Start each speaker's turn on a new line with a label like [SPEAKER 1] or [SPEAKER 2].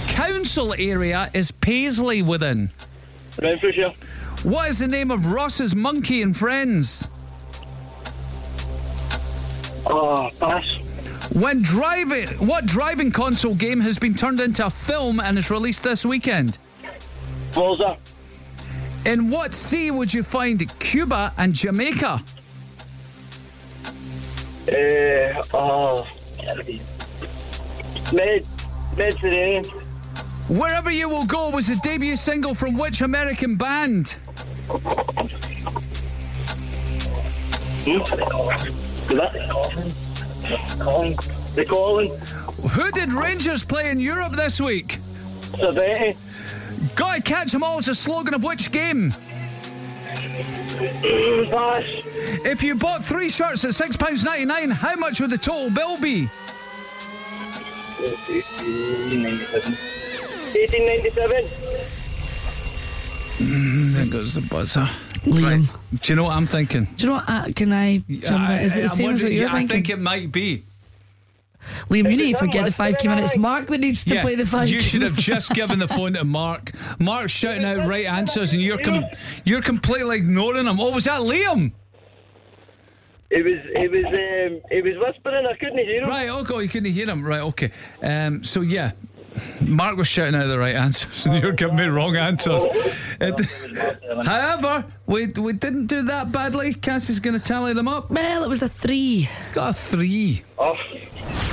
[SPEAKER 1] council area is Paisley within?
[SPEAKER 2] Renfrewshire.
[SPEAKER 1] What is the name of Ross's monkey in Friends?
[SPEAKER 2] Oh, pass.
[SPEAKER 1] When driving, what driving console game has been turned into a film and is released this weekend?
[SPEAKER 2] Forza.
[SPEAKER 1] In what sea would you find Cuba and Jamaica?
[SPEAKER 2] Uh, oh. Med. Mediterranean.
[SPEAKER 1] Wherever You Will Go was the debut single from which American band?
[SPEAKER 2] hm? The calling.
[SPEAKER 1] Who did Rangers play in Europe this week?
[SPEAKER 2] Servetti.
[SPEAKER 1] Gotta catch 'em all is the slogan of which game?
[SPEAKER 2] Pass.
[SPEAKER 1] If you bought three shirts at £6.99, how much would the total bill be?
[SPEAKER 2] 1897.
[SPEAKER 1] There goes the buzzer.
[SPEAKER 3] Liam.
[SPEAKER 1] Do you know what I'm thinking?
[SPEAKER 3] Do you know what? Uh, can I jump in? Is it
[SPEAKER 1] I'm
[SPEAKER 3] the same as what
[SPEAKER 1] wondering-
[SPEAKER 3] you're
[SPEAKER 1] yeah, I
[SPEAKER 3] thinking?
[SPEAKER 1] think it might be.
[SPEAKER 3] Liam, you need
[SPEAKER 2] it
[SPEAKER 3] to forget
[SPEAKER 2] not?
[SPEAKER 3] the five key minutes. Mark that needs to
[SPEAKER 1] Yeah,
[SPEAKER 3] play the five
[SPEAKER 1] you
[SPEAKER 3] key
[SPEAKER 1] should have just given the phone to Mark. Mark's shouting out right answers, and you're com- you're completely ignoring him. Oh, was that Liam?
[SPEAKER 2] It was, it was, um, it was whispering. I couldn't hear him.
[SPEAKER 1] Right, okay, you couldn't hear him. Right, okay. Um, so yeah, Mark was shouting out the right answers, and you're giving me wrong answers. It- however, we we didn't do that badly. Cassie's going to tally them up.
[SPEAKER 3] Well, it was a three.
[SPEAKER 1] Got a three.
[SPEAKER 2] Oh.